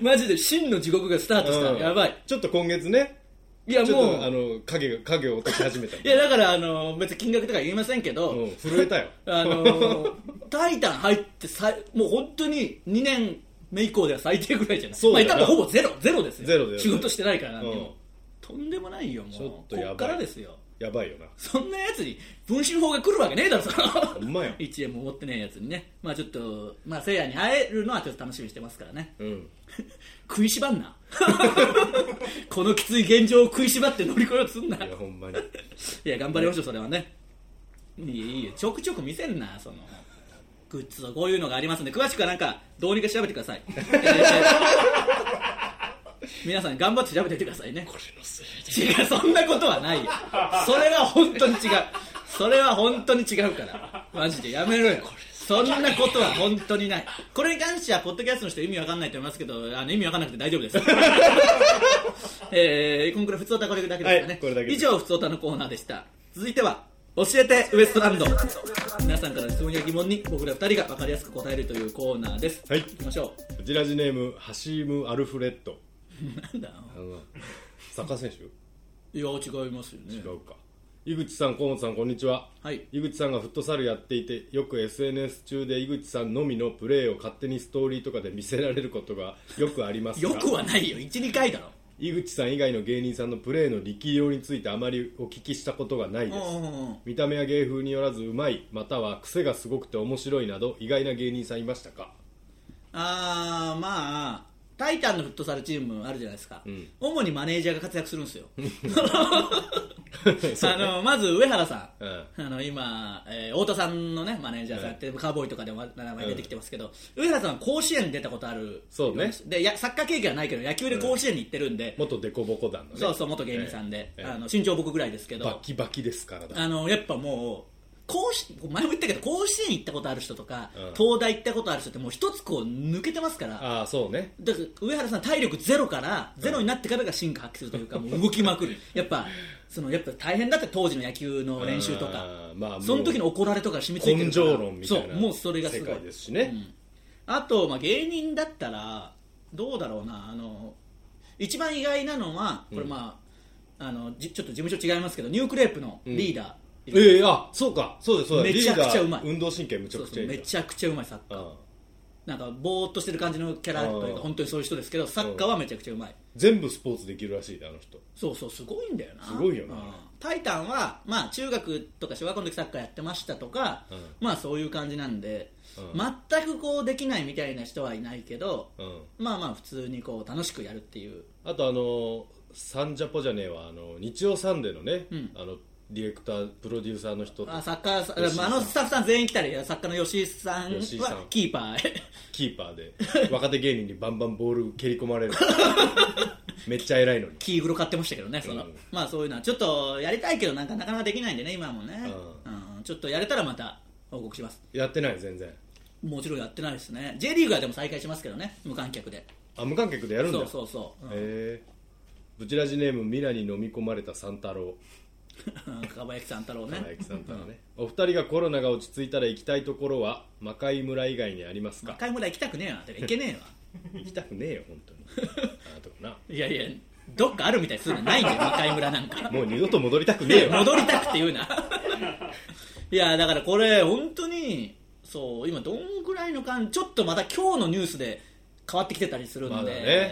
[SPEAKER 2] マジで真の地獄がスタートした、
[SPEAKER 3] うん
[SPEAKER 2] やばい
[SPEAKER 3] ちょっと今月ね
[SPEAKER 2] いや
[SPEAKER 3] ちょっ
[SPEAKER 2] も
[SPEAKER 3] とあ
[SPEAKER 2] う
[SPEAKER 3] の影が影を落とし始めた
[SPEAKER 2] いやだからあの別に金額とか言いませんけど、
[SPEAKER 3] うん震えたよ
[SPEAKER 2] あのタイタン入ってさいもう本当に2年目以降では最低ぐらいじゃない
[SPEAKER 3] そうだな
[SPEAKER 2] まあ、多分ほぼゼロゼロですよ
[SPEAKER 3] ゼロだよ
[SPEAKER 2] 仕事してないからなんて、
[SPEAKER 3] うん
[SPEAKER 2] もうとんでもないよもう
[SPEAKER 3] ちょっとやばい
[SPEAKER 2] こっからですよ
[SPEAKER 3] やばいよな
[SPEAKER 2] そんなやつに文春法が来るわけねえだろそ
[SPEAKER 3] ほんまよ
[SPEAKER 2] 1円も持ってねえやつにねまあちょっとまあせいやに会えるのはちょっと楽しみにしてますからね
[SPEAKER 3] うん
[SPEAKER 2] 食いしばんな このきつい現状を食いしばって乗り越えようとすんない
[SPEAKER 3] やほんまに
[SPEAKER 2] いや頑張りましょうそれはねいいいいよちょくちょく見せんなそのグッズはこういうのがありますんで詳しくはなんかどうにか調べてくださ い、えー皆さん頑張って調べてみてくださいねこれのせい違うそんなことはないよそれは本当に違うそれは本当に違うからマジでやめろよそんなことは本当にないこれに関してはポッドキャストの人意味わかんないと思いますけどあの意味わかんなくて大丈夫 ですえー、今回普通はこれだけですかね、
[SPEAKER 3] はいこれだけです
[SPEAKER 2] 以上以上ふつおたのコーナーでした続いては教えてウエストランド皆さんからの質問や疑問に僕ら二人が分かりやすく答えるというコーナーです
[SPEAKER 3] はい
[SPEAKER 2] 行きましょ
[SPEAKER 3] こちらジネームハシーム・アルフレッド
[SPEAKER 2] う なんだ
[SPEAKER 3] あのサッカー選手
[SPEAKER 2] いや違いますよね
[SPEAKER 3] 違うか井口さん河本さんこんにちは
[SPEAKER 2] はい
[SPEAKER 3] 井口さんがフットサルやっていてよく SNS 中で井口さんのみのプレーを勝手にストーリーとかで見せられることがよくありますが
[SPEAKER 2] よくはないよ12回だろ
[SPEAKER 3] 井口さん以外の芸人さんのプレーの力量についてあまりお聞きしたことがないです
[SPEAKER 2] うんうんうん
[SPEAKER 3] 見た目や芸風によらずうまいまたは癖がすごくて面白いなど意外な芸人さんいましたか
[SPEAKER 2] あーまあタイタンのフットサルチームあるじゃないですか、
[SPEAKER 3] ん
[SPEAKER 2] 主にマネージャーが活躍するんですよ
[SPEAKER 3] そうね
[SPEAKER 2] あのまず上原さん、
[SPEAKER 3] う
[SPEAKER 2] あの今、えー太田さんの、ね、マネージャーさんやって、カーボーイとかでも名前出てきてますけど、上原さんは甲子園に出たことある
[SPEAKER 3] そうね
[SPEAKER 2] でやサッカー経験はないけど野球で甲子園に行ってるんで、
[SPEAKER 3] 元デコボコ団のね
[SPEAKER 2] そうそう元芸人さんで、
[SPEAKER 3] ええええ
[SPEAKER 2] あの身長僕ぐらいですけ
[SPEAKER 3] バ
[SPEAKER 2] ど
[SPEAKER 3] キバキですからだ
[SPEAKER 2] あのやっぱもう甲子前も言ったけど甲子園行ったことある人とか、
[SPEAKER 3] うん
[SPEAKER 2] 東大行ったことある人ってもう一つこう抜けてますから
[SPEAKER 3] ああそうね
[SPEAKER 2] だから上原さん体力ゼロからゼロになってからが進化発揮するというか、もう動きま くるやっぱそのやっぱ大変だって当時の野球の練習とか
[SPEAKER 3] あーまあもう
[SPEAKER 2] その時の怒られとか染みついてる
[SPEAKER 3] 根
[SPEAKER 2] から
[SPEAKER 3] 性論みたいな
[SPEAKER 2] そうもうそれがす
[SPEAKER 3] 世
[SPEAKER 2] ごい
[SPEAKER 3] 界ですしね、
[SPEAKER 2] あと、まあ、芸人だったらどうだろうなあの一番意外なのはこれまあ,、あのじちょっと事務所違いますけどニュークレープのリーダー、
[SPEAKER 3] ええあそうかそうですそうです
[SPEAKER 2] めちゃくちゃうまい
[SPEAKER 3] 運動神経むちゃ
[SPEAKER 2] そう
[SPEAKER 3] く
[SPEAKER 2] そ
[SPEAKER 3] ちゃ
[SPEAKER 2] う
[SPEAKER 3] いい
[SPEAKER 2] めちゃくちゃうまいサッカー
[SPEAKER 3] うん
[SPEAKER 2] なんかぼーっとしてる感じのキャラという
[SPEAKER 3] うん
[SPEAKER 2] か本当にそういう人ですけどサッカーはめちゃくちゃうまい、
[SPEAKER 3] 全部スポーツできるらしいであの人
[SPEAKER 2] そうそうすごいんだよな
[SPEAKER 3] すごいよな
[SPEAKER 2] うんタイタンは、まあ、中学とか小学校の時サッカーやってましたとか、
[SPEAKER 3] うん
[SPEAKER 2] まあそういう感じなんで、
[SPEAKER 3] うん
[SPEAKER 2] 全くこうできないみたいな人はいないけど、
[SPEAKER 3] うん
[SPEAKER 2] まあまあ普通にこう楽しくやるっていう
[SPEAKER 3] あとあのサンジャポじゃねえわあの日曜サンデーのね、
[SPEAKER 2] うん
[SPEAKER 3] あのディレクタープロデューサーの人と
[SPEAKER 2] あサッカーさ
[SPEAKER 3] 吉井さん
[SPEAKER 2] あのスタッフさん全員来たり作家の吉井さん
[SPEAKER 3] 吉井さん
[SPEAKER 2] はキー パー
[SPEAKER 3] キーパーで若手芸人にバンバンボール蹴り込 まれるめっちゃ偉いのに
[SPEAKER 2] キーグロ買ってましたけどねその、
[SPEAKER 3] うん
[SPEAKER 2] まあそういうのはちょっとやりたいけどなんかなかなかできないんでね今もね、
[SPEAKER 3] う
[SPEAKER 2] うんちょっとやれたらまた報告します
[SPEAKER 3] やってない全然
[SPEAKER 2] もちろんやってないですね J リーグはでも再開しますけどね無観客で
[SPEAKER 3] あ無観客でやるんだ
[SPEAKER 2] そ
[SPEAKER 3] よ
[SPEAKER 2] うそうそう、うん
[SPEAKER 3] へえブチラジネームミラに飲み込まれた三太郎
[SPEAKER 2] うんかばやきさん太郎ね
[SPEAKER 3] 山木さん太郎ねお二人がコロナが落ち着いたら行きたいところは魔界村以外にありますか
[SPEAKER 2] 買い物行きたくねえわてか行けねえわ
[SPEAKER 3] 行きたくねえよ本当にあのとこない
[SPEAKER 2] やいやどっかあるみたいするのないんだよ赤い村なんか
[SPEAKER 3] もう二度と戻りたくねえよ
[SPEAKER 2] 戻りたくて言うないやだからこれ本当にそう今どんぐらいの感ちょっとまた今日のニュースで変わってきてたりするんで、
[SPEAKER 3] まだね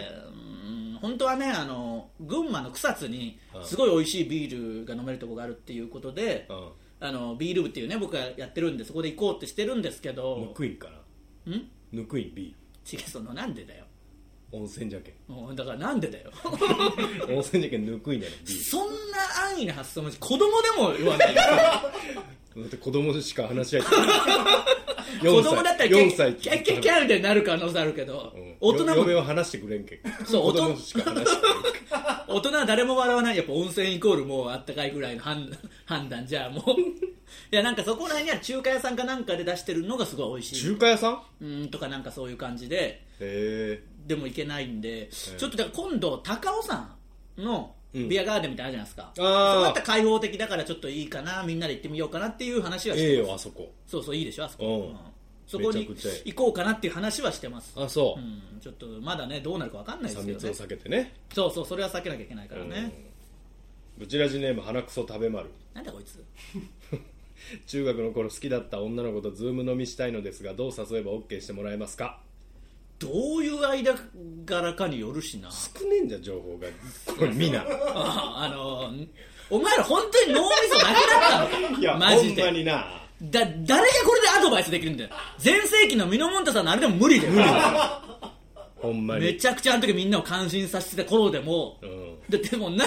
[SPEAKER 2] うん本当はねあの群馬の草津にすごい美味しいビールが飲めるとこがあるっていうことで、
[SPEAKER 3] うん
[SPEAKER 2] あのビール部っていうね僕がやってるんでそこで行こうってしてるんですけ
[SPEAKER 3] ぬ
[SPEAKER 2] ど
[SPEAKER 3] くいんかなん
[SPEAKER 2] 違う
[SPEAKER 3] ぬくいん B
[SPEAKER 2] そのなんでだよ
[SPEAKER 3] 温泉じゃけ
[SPEAKER 2] もうだからなんでだよ
[SPEAKER 3] ん温泉じゃけんぬくいんだよ B
[SPEAKER 2] そんな安易な発想も子供でも言 わないよ
[SPEAKER 3] だって子供しか話し合えてない
[SPEAKER 2] 子供だったらキャ
[SPEAKER 3] 4
[SPEAKER 2] ッキ
[SPEAKER 3] 歳
[SPEAKER 2] ャキャッキャッキャみたいになる可能性あるけど、
[SPEAKER 3] うん
[SPEAKER 2] 大人
[SPEAKER 3] よ嫁
[SPEAKER 2] も
[SPEAKER 3] は話してくれんけん
[SPEAKER 2] そう
[SPEAKER 3] 子供しか話してくれんけん
[SPEAKER 2] 大人は誰も笑わないやっぱ温泉イコールもうあったかいぐらいの判 判断じゃあもう いやなんかそこら辺には中華屋さんかなんかで出してるのがすごい美味しい
[SPEAKER 3] 中華屋さんへ
[SPEAKER 2] うんとかなんかそういう感じで
[SPEAKER 3] え
[SPEAKER 2] でも行けないんで、ちょっとだから今度高尾山の
[SPEAKER 3] うん
[SPEAKER 2] ビアガーデンみたいなのあるじゃないですか、
[SPEAKER 3] あ
[SPEAKER 2] そ
[SPEAKER 3] ー
[SPEAKER 2] こだったら開放的だからちょっといいかなみんなで行ってみようかなっていう話はして
[SPEAKER 3] ええ
[SPEAKER 2] ます
[SPEAKER 3] よあそこ
[SPEAKER 2] そうそういいでしょあそこ、
[SPEAKER 3] うん
[SPEAKER 2] そこ
[SPEAKER 3] め
[SPEAKER 2] に
[SPEAKER 3] ちゃくちゃいい
[SPEAKER 2] 行こうかなっていう話はしてます
[SPEAKER 3] あそううん
[SPEAKER 2] ちょっとまだねどうなるかわかんないで
[SPEAKER 3] 三
[SPEAKER 2] すけど
[SPEAKER 3] 密
[SPEAKER 2] ね
[SPEAKER 3] を避けてね
[SPEAKER 2] そうそうそれは避けなきゃいけないからね、
[SPEAKER 3] ブチラジネーム鼻くそ食べ丸
[SPEAKER 2] なんだこいつ
[SPEAKER 3] 中学の頃好きだった女の子とズーム飲みしたいのですがどう誘えば OK してもらえますか
[SPEAKER 2] どういう間柄かによるしな
[SPEAKER 3] 少ねえんじゃ情報がこれ見な
[SPEAKER 2] ああのお前ら本当に脳みそなくなったの
[SPEAKER 3] いや
[SPEAKER 2] マジで
[SPEAKER 3] ほんまにな
[SPEAKER 2] だ誰がこれでアドバイスできるんだよ全盛期のミノモンタさんのあれでも無理だよ
[SPEAKER 3] ほんま
[SPEAKER 2] め
[SPEAKER 3] に
[SPEAKER 2] ちゃくちゃあの時みんなを感心させてた頃でも、
[SPEAKER 3] うん
[SPEAKER 2] だってもう何にも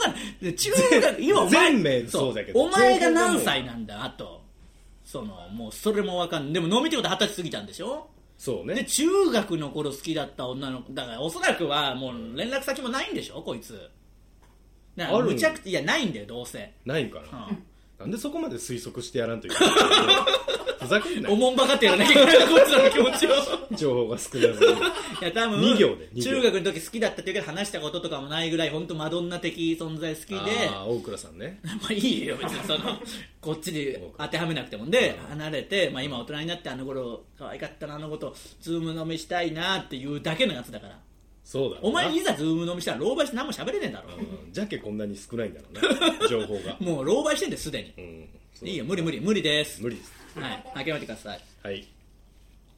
[SPEAKER 2] 分かんないで中学今お前
[SPEAKER 3] 全名そうだけど
[SPEAKER 2] お前が何歳なんだあとそのもうそれも分かんないでも飲みってことは二十歳過ぎたんでしょ
[SPEAKER 3] そう
[SPEAKER 2] で
[SPEAKER 3] ね
[SPEAKER 2] 中学の頃好きだった女の子だからおそらくはもう連絡先もないんでしょこいつだから
[SPEAKER 3] ある
[SPEAKER 2] むちゃくちゃいやないんだよどうせ、
[SPEAKER 3] ないんか
[SPEAKER 2] う
[SPEAKER 3] な、
[SPEAKER 2] ん
[SPEAKER 3] なんでそこまで推測してやらんといけ ないのふざけんな
[SPEAKER 2] お
[SPEAKER 3] よ
[SPEAKER 2] もんばかってやらなきゃいけないこいつらの気持ち を
[SPEAKER 3] 情報が少ないのに
[SPEAKER 2] いや多分
[SPEAKER 3] 二行で二行
[SPEAKER 2] 中学の時好きだったっていうけど話したこととかもないぐらい本当マドンナ的存在好きで
[SPEAKER 3] あー大倉さんね
[SPEAKER 2] まあいいよ別にそのこっちに当てはめなくてもんで離れて、まあ、今大人になってあの頃可愛かったなあの子とズーム飲みしたいなっていうだけのやつだから
[SPEAKER 3] そうだろう
[SPEAKER 2] お
[SPEAKER 3] な
[SPEAKER 2] 前いざズーム飲みしたら老媒して何も喋れねえだろ
[SPEAKER 3] うんじゃけこんなに少ないんだろうね情報が
[SPEAKER 2] もう老媒してんですでに
[SPEAKER 3] うんそう
[SPEAKER 2] いいよ無理無理無理です
[SPEAKER 3] 無理です
[SPEAKER 2] はい諦めてください
[SPEAKER 3] はい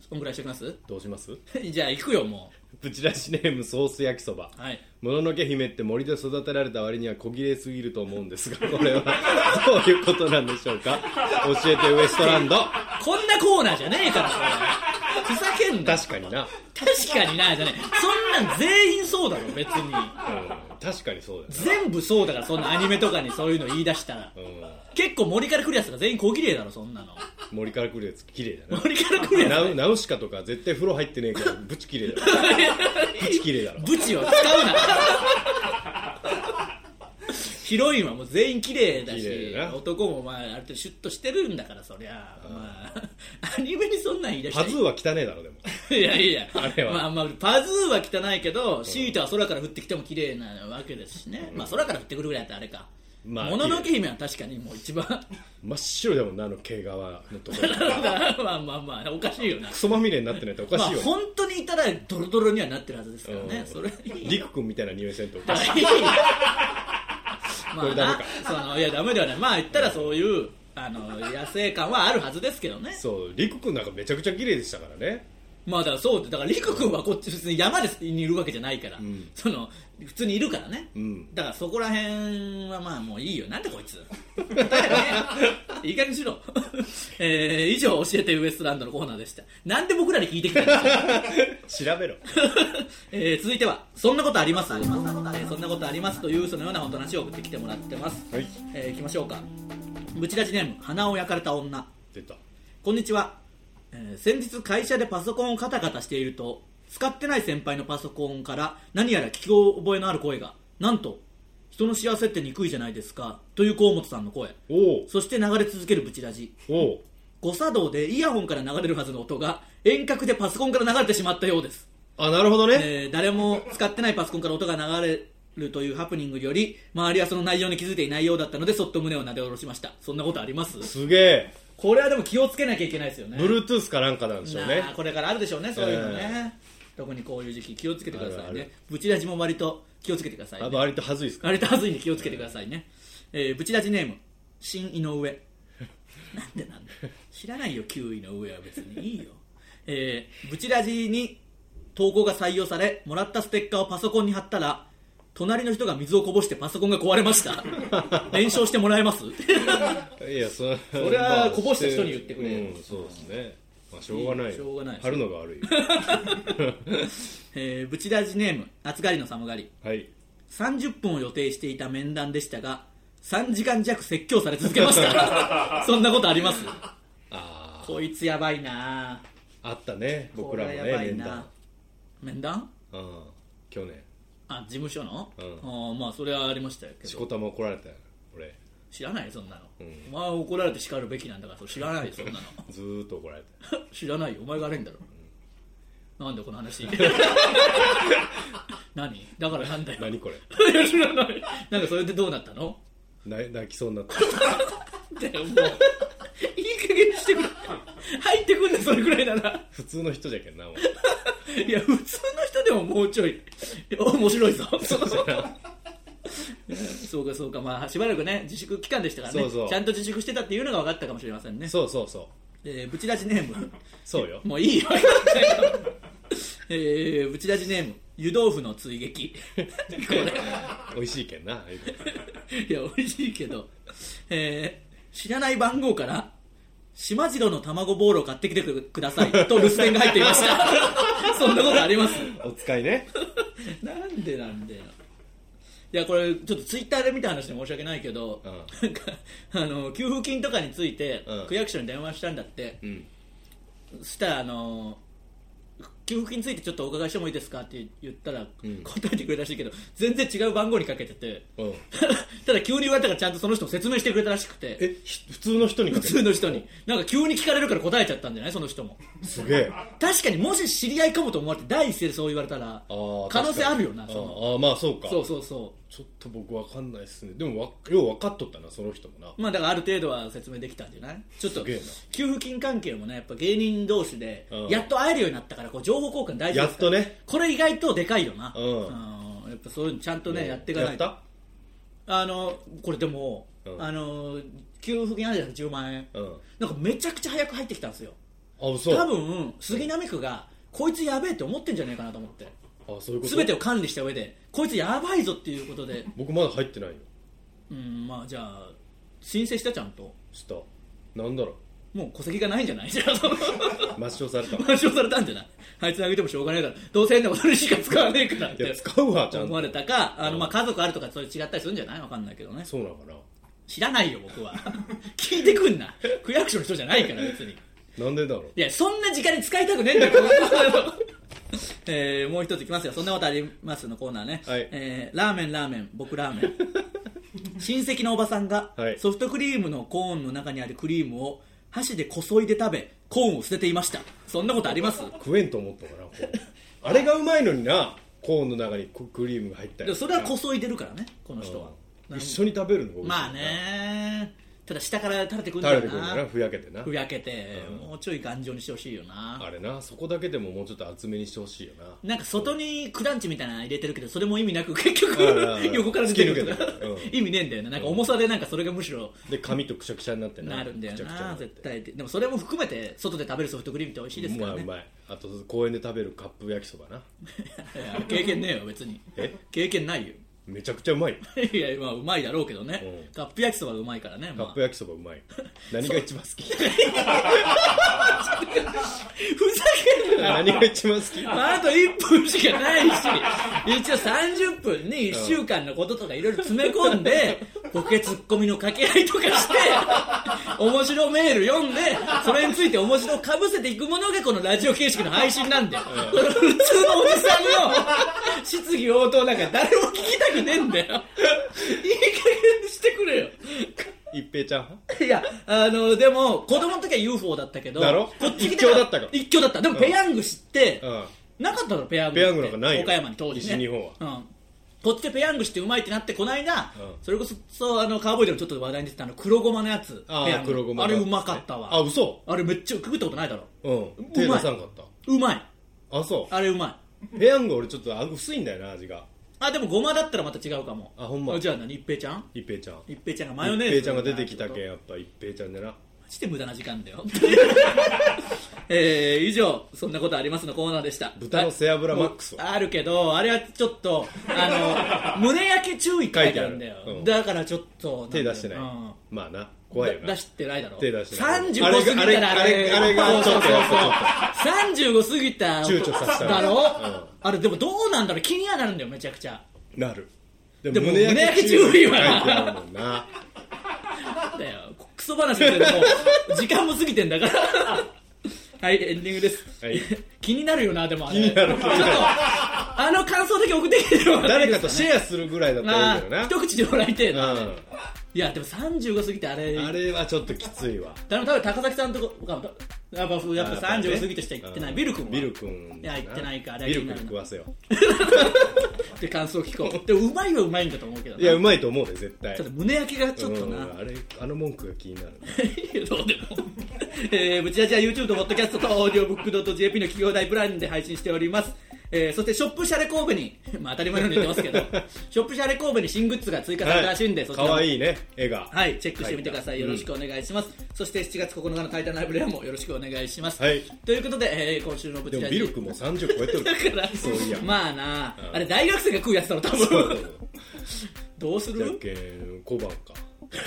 [SPEAKER 2] そんぐらいしてきます
[SPEAKER 3] どうします
[SPEAKER 2] じゃあ行くよも
[SPEAKER 3] プチラシネームソース焼きそば
[SPEAKER 2] うはい
[SPEAKER 3] もののけ姫って森で育てられた割には小切れすぎると思うんですがこれはどういうことなんでしょうか教えてウエストランド
[SPEAKER 2] こんなコーナーじゃねえからそれふざけんな
[SPEAKER 3] 確かにな、
[SPEAKER 2] 確かになじゃねえそんなん全員そうだろ別に
[SPEAKER 3] うん、確かにそうだ
[SPEAKER 2] 全部そうだからそんなアニメとかにそういうの言い出したら
[SPEAKER 3] よ、
[SPEAKER 2] 結構森から来るやつが全員小綺麗だろそん なの
[SPEAKER 3] うん、森から来るやつ綺麗だな
[SPEAKER 2] 森から来るや
[SPEAKER 3] ナウナウシカとか絶対風呂入ってねえからブチ綺麗だろブチ綺麗だろ
[SPEAKER 2] つブチを使うな ヒロインはもう全員綺麗だ
[SPEAKER 3] 綺
[SPEAKER 2] し
[SPEAKER 3] 麗だな
[SPEAKER 2] 男もまあある程度シュッとしてるんだからそりゃまあ アニメにそんなん言い出した
[SPEAKER 3] パ
[SPEAKER 2] ら
[SPEAKER 3] ズーは汚ねえだろでも
[SPEAKER 2] いやいや
[SPEAKER 3] あれは
[SPEAKER 2] まあまあ、パズーは汚いけどシータは空から降ってきても綺麗なわけですしね、まあ空から降ってくるぐらいだったらあれか
[SPEAKER 3] まあ
[SPEAKER 2] もののけ姫は確かにもう一番
[SPEAKER 3] 真っ白だもんなあの毛皮のところ
[SPEAKER 2] まあまあまあおかしいよな
[SPEAKER 3] クソまみれになってないとおか
[SPEAKER 2] まあ
[SPEAKER 3] しいよ、ね
[SPEAKER 2] 本当にいたらドロドロにはなってるはずですからね、
[SPEAKER 3] うん
[SPEAKER 2] それ
[SPEAKER 3] リク君みたいな匂いせんとおかしい
[SPEAKER 2] はいま
[SPEAKER 3] こ
[SPEAKER 2] あ
[SPEAKER 3] れダメ
[SPEAKER 2] な
[SPEAKER 3] か
[SPEAKER 2] そのいやダメではないまあ言ったらそういうあの野生感はあるはずですけどね
[SPEAKER 3] そうリク君なんかめちゃくちゃ綺麗でしたからね
[SPEAKER 2] まあだからそうだだから陸君はこっち別に山ですにいるわけじゃないから、
[SPEAKER 3] ん
[SPEAKER 2] その普通にいるからね、
[SPEAKER 3] ん
[SPEAKER 2] だからそこら辺はまあもういいよなんでこいつだからねいい加減にしろ、 えー以上教えてウエストランドのコーナーでしたなんで僕らに聞いてきたんですか
[SPEAKER 3] 調べろ
[SPEAKER 2] えー続いてはそんなことありますそんなことあります,、えーそんなことありますというそのようなお話を送ってきてもらってます、
[SPEAKER 3] はい
[SPEAKER 2] えーいきましょうかブチラジネーム鼻を焼かれた女
[SPEAKER 3] 出た
[SPEAKER 2] こんにちは、えー先日会社でパソコンをカタカタしていると使ってない先輩のパソコンから何やら聞き覚えのある声がなんと人の幸せって憎いじゃないですかという河本さんの声
[SPEAKER 3] おう
[SPEAKER 2] そして流れ続けるブチラジ
[SPEAKER 3] おう
[SPEAKER 2] 誤作動でイヤホンから流れるはずの音が遠隔でパソコンから流れてしまったようです
[SPEAKER 3] あなるほどね、
[SPEAKER 2] えー誰も使ってないパソコンから音が流れるというハプニングより周りはその内容に気づいていないようだったのでそっと胸をなで下ろしましたそんなことあります
[SPEAKER 3] すげえ
[SPEAKER 2] これはでも気をつけなきゃいけないですよね
[SPEAKER 3] Bluetooth かなんかなんでしょうね
[SPEAKER 2] なあこれからあるでしょうねそういうのね、特にこういう時期気をつけてくださいね
[SPEAKER 3] あるある
[SPEAKER 2] ブチラジも割と気をつけてください、
[SPEAKER 3] あ
[SPEAKER 2] ね、
[SPEAKER 3] 割とはずいっすか
[SPEAKER 2] 割とはずいんで気をつけてくださいね、えーブチラジネーム新井上なんでなんだ知らないよ9位の上は別にいいよ、えーブチラジに投稿が採用されもらったステッカーをパソコンに貼ったら隣の人が水をこぼしてパソコンが壊れました弁償してもらえます
[SPEAKER 3] いやそそ
[SPEAKER 2] れはこぼした人に言ってくれ
[SPEAKER 3] うん、そうですねまあしょうがないよ
[SPEAKER 2] いいしょうがないです
[SPEAKER 3] 貼るのが 悪いよ
[SPEAKER 2] えーブチラジネーム暑がりの寒がり
[SPEAKER 3] はい
[SPEAKER 2] 30分を予定していた面談でしたが3時間弱説教され続けましたそんなことあります
[SPEAKER 3] あ
[SPEAKER 2] こいつやばいな
[SPEAKER 3] ああったね僕らもね
[SPEAKER 2] これやばい
[SPEAKER 3] 面
[SPEAKER 2] な
[SPEAKER 3] 談
[SPEAKER 2] 面談
[SPEAKER 3] うん去年
[SPEAKER 2] あ事務所の、
[SPEAKER 3] うん
[SPEAKER 2] あーまあそれはありましたけ
[SPEAKER 3] し
[SPEAKER 2] ど
[SPEAKER 3] こたま怒られたよ俺
[SPEAKER 2] 知らないそんなの、
[SPEAKER 3] ん
[SPEAKER 2] お前は怒られて叱るべきなんだからそれ知らないよそんなの
[SPEAKER 3] ずーっと怒られた
[SPEAKER 2] 知らないよお前が悪いんだろ、なんでこの 話何だからなんだよ
[SPEAKER 3] 何これ
[SPEAKER 2] いや知らないなんかそれでどうなったの
[SPEAKER 3] な泣きそうになった
[SPEAKER 2] だよもういい加減にしてくれ入ってくんだそれぐらいなら
[SPEAKER 3] 普通の人じゃけん なお前
[SPEAKER 2] いや普通の人でももうちょい面白いぞ そうかそうかまあしばらくね自粛期間でしたからね
[SPEAKER 3] そうそう
[SPEAKER 2] ちゃんと自粛してたっていうのが分かったかもしれませんね
[SPEAKER 3] そうそうそう
[SPEAKER 2] えー、ブチラジネー ム
[SPEAKER 3] そうよ
[SPEAKER 2] もういいよ えー、ブチラジネーム湯豆腐の追 撃これ
[SPEAKER 3] 美味しいけんない
[SPEAKER 2] や美味しいけど、えー知らない番号から島次郎の卵ボールを買ってきてくださいと留守電が入っていました そんなことあります
[SPEAKER 3] お使いね
[SPEAKER 2] なんでなんだよいやこれちょっとツイッターで見た話で申し訳ないけど、
[SPEAKER 3] うん
[SPEAKER 2] なんかあの給付金とかについて、
[SPEAKER 3] うん
[SPEAKER 2] 区役所に電話したんだって
[SPEAKER 3] う、ん
[SPEAKER 2] そしたらあの給付金についてちょっとお伺いしてもいいですかって言ったら、
[SPEAKER 3] ん
[SPEAKER 2] 答えてくれたらしいけど全然違う番号にかけてて
[SPEAKER 3] うん
[SPEAKER 2] ただ急に言われたからちゃんとその人も説明してくれたらしくて
[SPEAKER 3] えひ普通の人にか
[SPEAKER 2] 普
[SPEAKER 3] けて
[SPEAKER 2] 通の人になんか急に聞かれるから答えちゃったんじゃないその人も
[SPEAKER 3] すげえ
[SPEAKER 2] 確かにもし知り合いかもと思われて第一声でそう言われたら
[SPEAKER 3] ー
[SPEAKER 2] 可能性あるよな
[SPEAKER 3] 確
[SPEAKER 2] そ
[SPEAKER 3] か
[SPEAKER 2] の
[SPEAKER 3] にあーまあそうか
[SPEAKER 2] そうそうそ
[SPEAKER 3] ちょっと僕わかんないっすねでもわよう分かっとったなその人もな
[SPEAKER 2] うまあだからある程度は説明できたんじゃないちょっと
[SPEAKER 3] すげえな
[SPEAKER 2] 給付金関係もねやっぱ芸人同士で
[SPEAKER 3] うん
[SPEAKER 2] やっと会えるようになったからこう情報交換大事
[SPEAKER 3] や
[SPEAKER 2] で
[SPEAKER 3] っ
[SPEAKER 2] すから
[SPEAKER 3] とね
[SPEAKER 2] これ意外とでかいよな、
[SPEAKER 3] うん
[SPEAKER 2] んやっぱそういうのちゃんとねやっていかないと
[SPEAKER 3] やっ
[SPEAKER 2] あのこれでも、
[SPEAKER 3] うん
[SPEAKER 2] あの給付金あるじゃない10万円、
[SPEAKER 3] たうん
[SPEAKER 2] なんかめちゃくちゃ早く入ってきたんですよ
[SPEAKER 3] あ嘘
[SPEAKER 2] 多分杉並区がこいつやべえって思ってんじゃないかなと思って
[SPEAKER 3] あそういうこと
[SPEAKER 2] 全てを管理した上でこいつやばいぞっていうことで
[SPEAKER 3] 僕まだ入ってないよ
[SPEAKER 2] うんまあじゃあ申請したちゃんと
[SPEAKER 3] したなんだろ
[SPEAKER 2] もう戸籍がないんじゃないじゃ あその
[SPEAKER 3] う抹消 されたい
[SPEAKER 2] 抹消されたんじゃないあいつ投げてもしょうがないからどうせ変なことにしか使わねえからって
[SPEAKER 3] や使うわちゃん
[SPEAKER 2] 思わ
[SPEAKER 3] と
[SPEAKER 2] れたかあ
[SPEAKER 3] う
[SPEAKER 2] の
[SPEAKER 3] ん
[SPEAKER 2] まあ家族あるとかそれ違ったりするんじゃないわかんないけどね
[SPEAKER 3] そうなのか
[SPEAKER 2] 知らないよ僕は 聞いてくんな区役所の人じゃないから別に
[SPEAKER 3] ななんでだろう
[SPEAKER 2] いや、そんな時間に使いたくねえんだよ、この コーナーえーもう一ついきますよ。そんなことありますのコーナーね。
[SPEAKER 3] はい
[SPEAKER 2] えーラーメン、ラーメン、僕ラーメン。親戚のおばさんが、
[SPEAKER 3] はい
[SPEAKER 2] ソフトクリームのコーンの中にあるクリームを箸でこそいで食べ、コーンを捨てていました。そんなことあります
[SPEAKER 3] 食えんと思ったからこうあれがうまいのになコーンの中にククリームが入った
[SPEAKER 2] で
[SPEAKER 3] り
[SPEAKER 2] もそれはこそいでるからね、この人は。
[SPEAKER 3] うん一緒に食べるのが美味しい
[SPEAKER 2] まあねただ下から垂れてくるんだよ
[SPEAKER 3] 垂れてくるんだな
[SPEAKER 2] な
[SPEAKER 3] ふやけてな
[SPEAKER 2] ふやけて、
[SPEAKER 3] うん
[SPEAKER 2] もうちょい頑丈にしてほしいよな
[SPEAKER 3] あれなそこだけでももうちょっと厚めにしてほしいよな
[SPEAKER 2] なんか外にクランチみたいなの入れてるけどそれも意味なく結局
[SPEAKER 3] うんうんうん
[SPEAKER 2] 横から出てくる
[SPEAKER 3] 突き抜けてくるう
[SPEAKER 2] 意味ねえんだよななんか重さでなんかそれがむしろ
[SPEAKER 3] で髪とくしゃくしゃになってな
[SPEAKER 2] なるんだよ
[SPEAKER 3] くちゃくちゃに
[SPEAKER 2] な
[SPEAKER 3] って
[SPEAKER 2] 絶対でもそれも含めて外で食べるソフトクリームって美味しいです
[SPEAKER 3] う
[SPEAKER 2] か
[SPEAKER 3] ま
[SPEAKER 2] ら
[SPEAKER 3] いう
[SPEAKER 2] ね
[SPEAKER 3] まいあと公園で食べるカップ焼きそばない
[SPEAKER 2] や経験ねえよ別に
[SPEAKER 3] え
[SPEAKER 2] 経験ないよ
[SPEAKER 3] めちゃくちゃうまい
[SPEAKER 2] いやまあうまいだろうけどね
[SPEAKER 3] うん
[SPEAKER 2] カップ焼きそばがうまいからね
[SPEAKER 3] カ
[SPEAKER 2] ま
[SPEAKER 3] ッ
[SPEAKER 2] あ
[SPEAKER 3] プ焼きそばうまい何 が一番好き
[SPEAKER 2] ふざけんな
[SPEAKER 3] 何が一番好き
[SPEAKER 2] あと1分しかないし一応30分に1週間のこととかいろいろ詰め込ん でボケツッコミの掛け合いとかして面白メール読んでそれについて面白をかぶせていくものがこのラジオ形式の配信なんだよ、その普通のおじさんの質疑応答なんか誰も聞きたくねえんだよいい加減にしてくれよ
[SPEAKER 3] 一平ちゃん
[SPEAKER 2] いや、あの、でも、子供の時は UFO だったけど、
[SPEAKER 3] だろ
[SPEAKER 2] こっち来てら
[SPEAKER 3] 一強だったから
[SPEAKER 2] 一強だった。でも、ペヤング知って、
[SPEAKER 3] うん
[SPEAKER 2] なかったの、ペヤングって。
[SPEAKER 3] ペヤングなんかないよ
[SPEAKER 2] 岡山に当時ね。
[SPEAKER 3] 西日本は
[SPEAKER 2] うん。こっちでペヤングしてうまいってなって、この間、
[SPEAKER 3] うん
[SPEAKER 2] それこそそう、あの、カーボーイでもちょっと話題に出てたあの、黒ごまのやつ。
[SPEAKER 3] あ
[SPEAKER 2] ペヤン
[SPEAKER 3] あ
[SPEAKER 2] グ
[SPEAKER 3] 黒ごま
[SPEAKER 2] あ
[SPEAKER 3] の
[SPEAKER 2] れうまかったわ。
[SPEAKER 3] あ嘘
[SPEAKER 2] あれめっちゃ、くぐったことないだろ。
[SPEAKER 3] うん
[SPEAKER 2] まい
[SPEAKER 3] 手出さんかった
[SPEAKER 2] うまい。
[SPEAKER 3] あそ
[SPEAKER 2] あれうまい。
[SPEAKER 3] うペヤング俺ちょっとあ薄いんだよな味が
[SPEAKER 2] あ、でもごまだったらまた違うかも。
[SPEAKER 3] あほんま
[SPEAKER 2] じゃあ何、一平ちゃん
[SPEAKER 3] 一平ちゃん
[SPEAKER 2] 一平ちゃんがマヨネーズ。
[SPEAKER 3] 一平ちゃんが出てきたけんやっぱ一平ちゃんでな
[SPEAKER 2] して無駄な時間だよ、 えー以上そんなことありますのコーナーでした
[SPEAKER 3] 豚の背脂マックスは
[SPEAKER 2] あるけどあれはちょっとあ の胸焼け注意って書いてあるんだよ
[SPEAKER 3] 書いてあるうん
[SPEAKER 2] だからちょっと
[SPEAKER 3] 手出してない
[SPEAKER 2] うん
[SPEAKER 3] まあな怖いよ
[SPEAKER 2] だ
[SPEAKER 3] な
[SPEAKER 2] 出してないだろ
[SPEAKER 3] 手出してない
[SPEAKER 2] 35過ぎたら
[SPEAKER 3] あれあれあれあれがちょっとやっぱ ちょっと
[SPEAKER 2] 35過ぎた
[SPEAKER 3] 躊躇させたら
[SPEAKER 2] だろ、
[SPEAKER 3] うん
[SPEAKER 2] あれでもどうなんだろう気にはなるんだよめちゃくちゃ
[SPEAKER 3] なるで
[SPEAKER 2] でも胸焼け注意は
[SPEAKER 3] 書いてあるも んな
[SPEAKER 2] だよクソ話だけどもう時間も過ぎてんだから はいエンディングです、
[SPEAKER 3] はい
[SPEAKER 2] 気になるよなでもあれ
[SPEAKER 3] 気になる
[SPEAKER 2] ちょっとあの感想だけ送ってきてるわ
[SPEAKER 3] 誰かとシェアするぐらいだったらいいけど
[SPEAKER 2] あ
[SPEAKER 3] な
[SPEAKER 2] ー一口でもらいてえな、
[SPEAKER 3] うん
[SPEAKER 2] いやでも35過ぎてあれ
[SPEAKER 3] あれはちょっときついわ
[SPEAKER 2] 多分多分高崎さんとかやっぱやっぱ35過ぎてしか行ってない、
[SPEAKER 3] うん
[SPEAKER 2] ビル君は
[SPEAKER 3] ビル君
[SPEAKER 2] いや行ってないか
[SPEAKER 3] ビル君食わせよ
[SPEAKER 2] って感想聞こうでもうまいはうまいんだと思うけどない
[SPEAKER 3] やうまいと思うで絶対
[SPEAKER 2] ちょっと胸焼けがちょっとな、
[SPEAKER 3] うんあれあの文句が気になるね
[SPEAKER 2] どうでも。えー、ぶちラジは YouTube と Podcast と audiobook.jp の企業大プランで配信しております。えー、そしてショップシャレ神戸に、 まあ当たり前のように言ってますけ ど、ショップシャレ神戸に新グッズが追加されたらしいんで、
[SPEAKER 3] は
[SPEAKER 2] そ
[SPEAKER 3] い
[SPEAKER 2] ち
[SPEAKER 3] から
[SPEAKER 2] も
[SPEAKER 3] わいいね絵が
[SPEAKER 2] はい、チェックしてみてください。よろしく
[SPEAKER 3] うん
[SPEAKER 2] お願いします。そして7月9日のタイタンライブレアもよろしくお願いします。
[SPEAKER 3] はい
[SPEAKER 2] ということで、えー、今週のぶ
[SPEAKER 3] で
[SPEAKER 2] ち
[SPEAKER 3] も
[SPEAKER 2] ラ
[SPEAKER 3] ビ
[SPEAKER 2] ジ。
[SPEAKER 3] ル君も30超えて る
[SPEAKER 2] だから、
[SPEAKER 3] そういや
[SPEAKER 2] まあなあ、
[SPEAKER 3] うん
[SPEAKER 2] あれ大学生が食うやつだろ、多
[SPEAKER 3] そ
[SPEAKER 2] 分
[SPEAKER 3] うだ。よ
[SPEAKER 2] どうす
[SPEAKER 3] じゃ
[SPEAKER 2] る
[SPEAKER 3] んけん小判か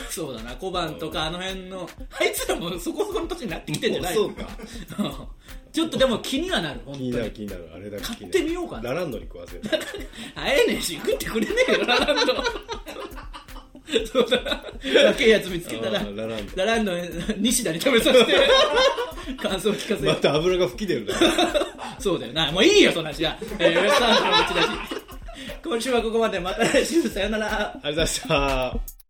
[SPEAKER 2] そうだな、小判とかあの辺の、あいつらもそこそこの年になってきてんじゃないの
[SPEAKER 3] そうか
[SPEAKER 2] うん ちょっとでも気にはなる、本
[SPEAKER 3] 気
[SPEAKER 2] 当
[SPEAKER 3] に
[SPEAKER 2] に。
[SPEAKER 3] なる気になるあれだけ気になる
[SPEAKER 2] 買ってみようかな
[SPEAKER 3] ラランドに食わせる
[SPEAKER 2] 会えねえし、食ってくれねえよ、ラランド。そうだな。若いやつ見つけたら
[SPEAKER 3] あ、ーララン
[SPEAKER 2] ラ
[SPEAKER 3] ド
[SPEAKER 2] ランド、西田に食べさせて、感想を聞かせ
[SPEAKER 3] ま
[SPEAKER 2] る。
[SPEAKER 3] た油が吹き出るな
[SPEAKER 2] そうだよな。もういいよ、そんな話じゃ。えー、ウェスタンドの口出し。今週はここまで、また来週、さよなら。
[SPEAKER 3] ありがとうございました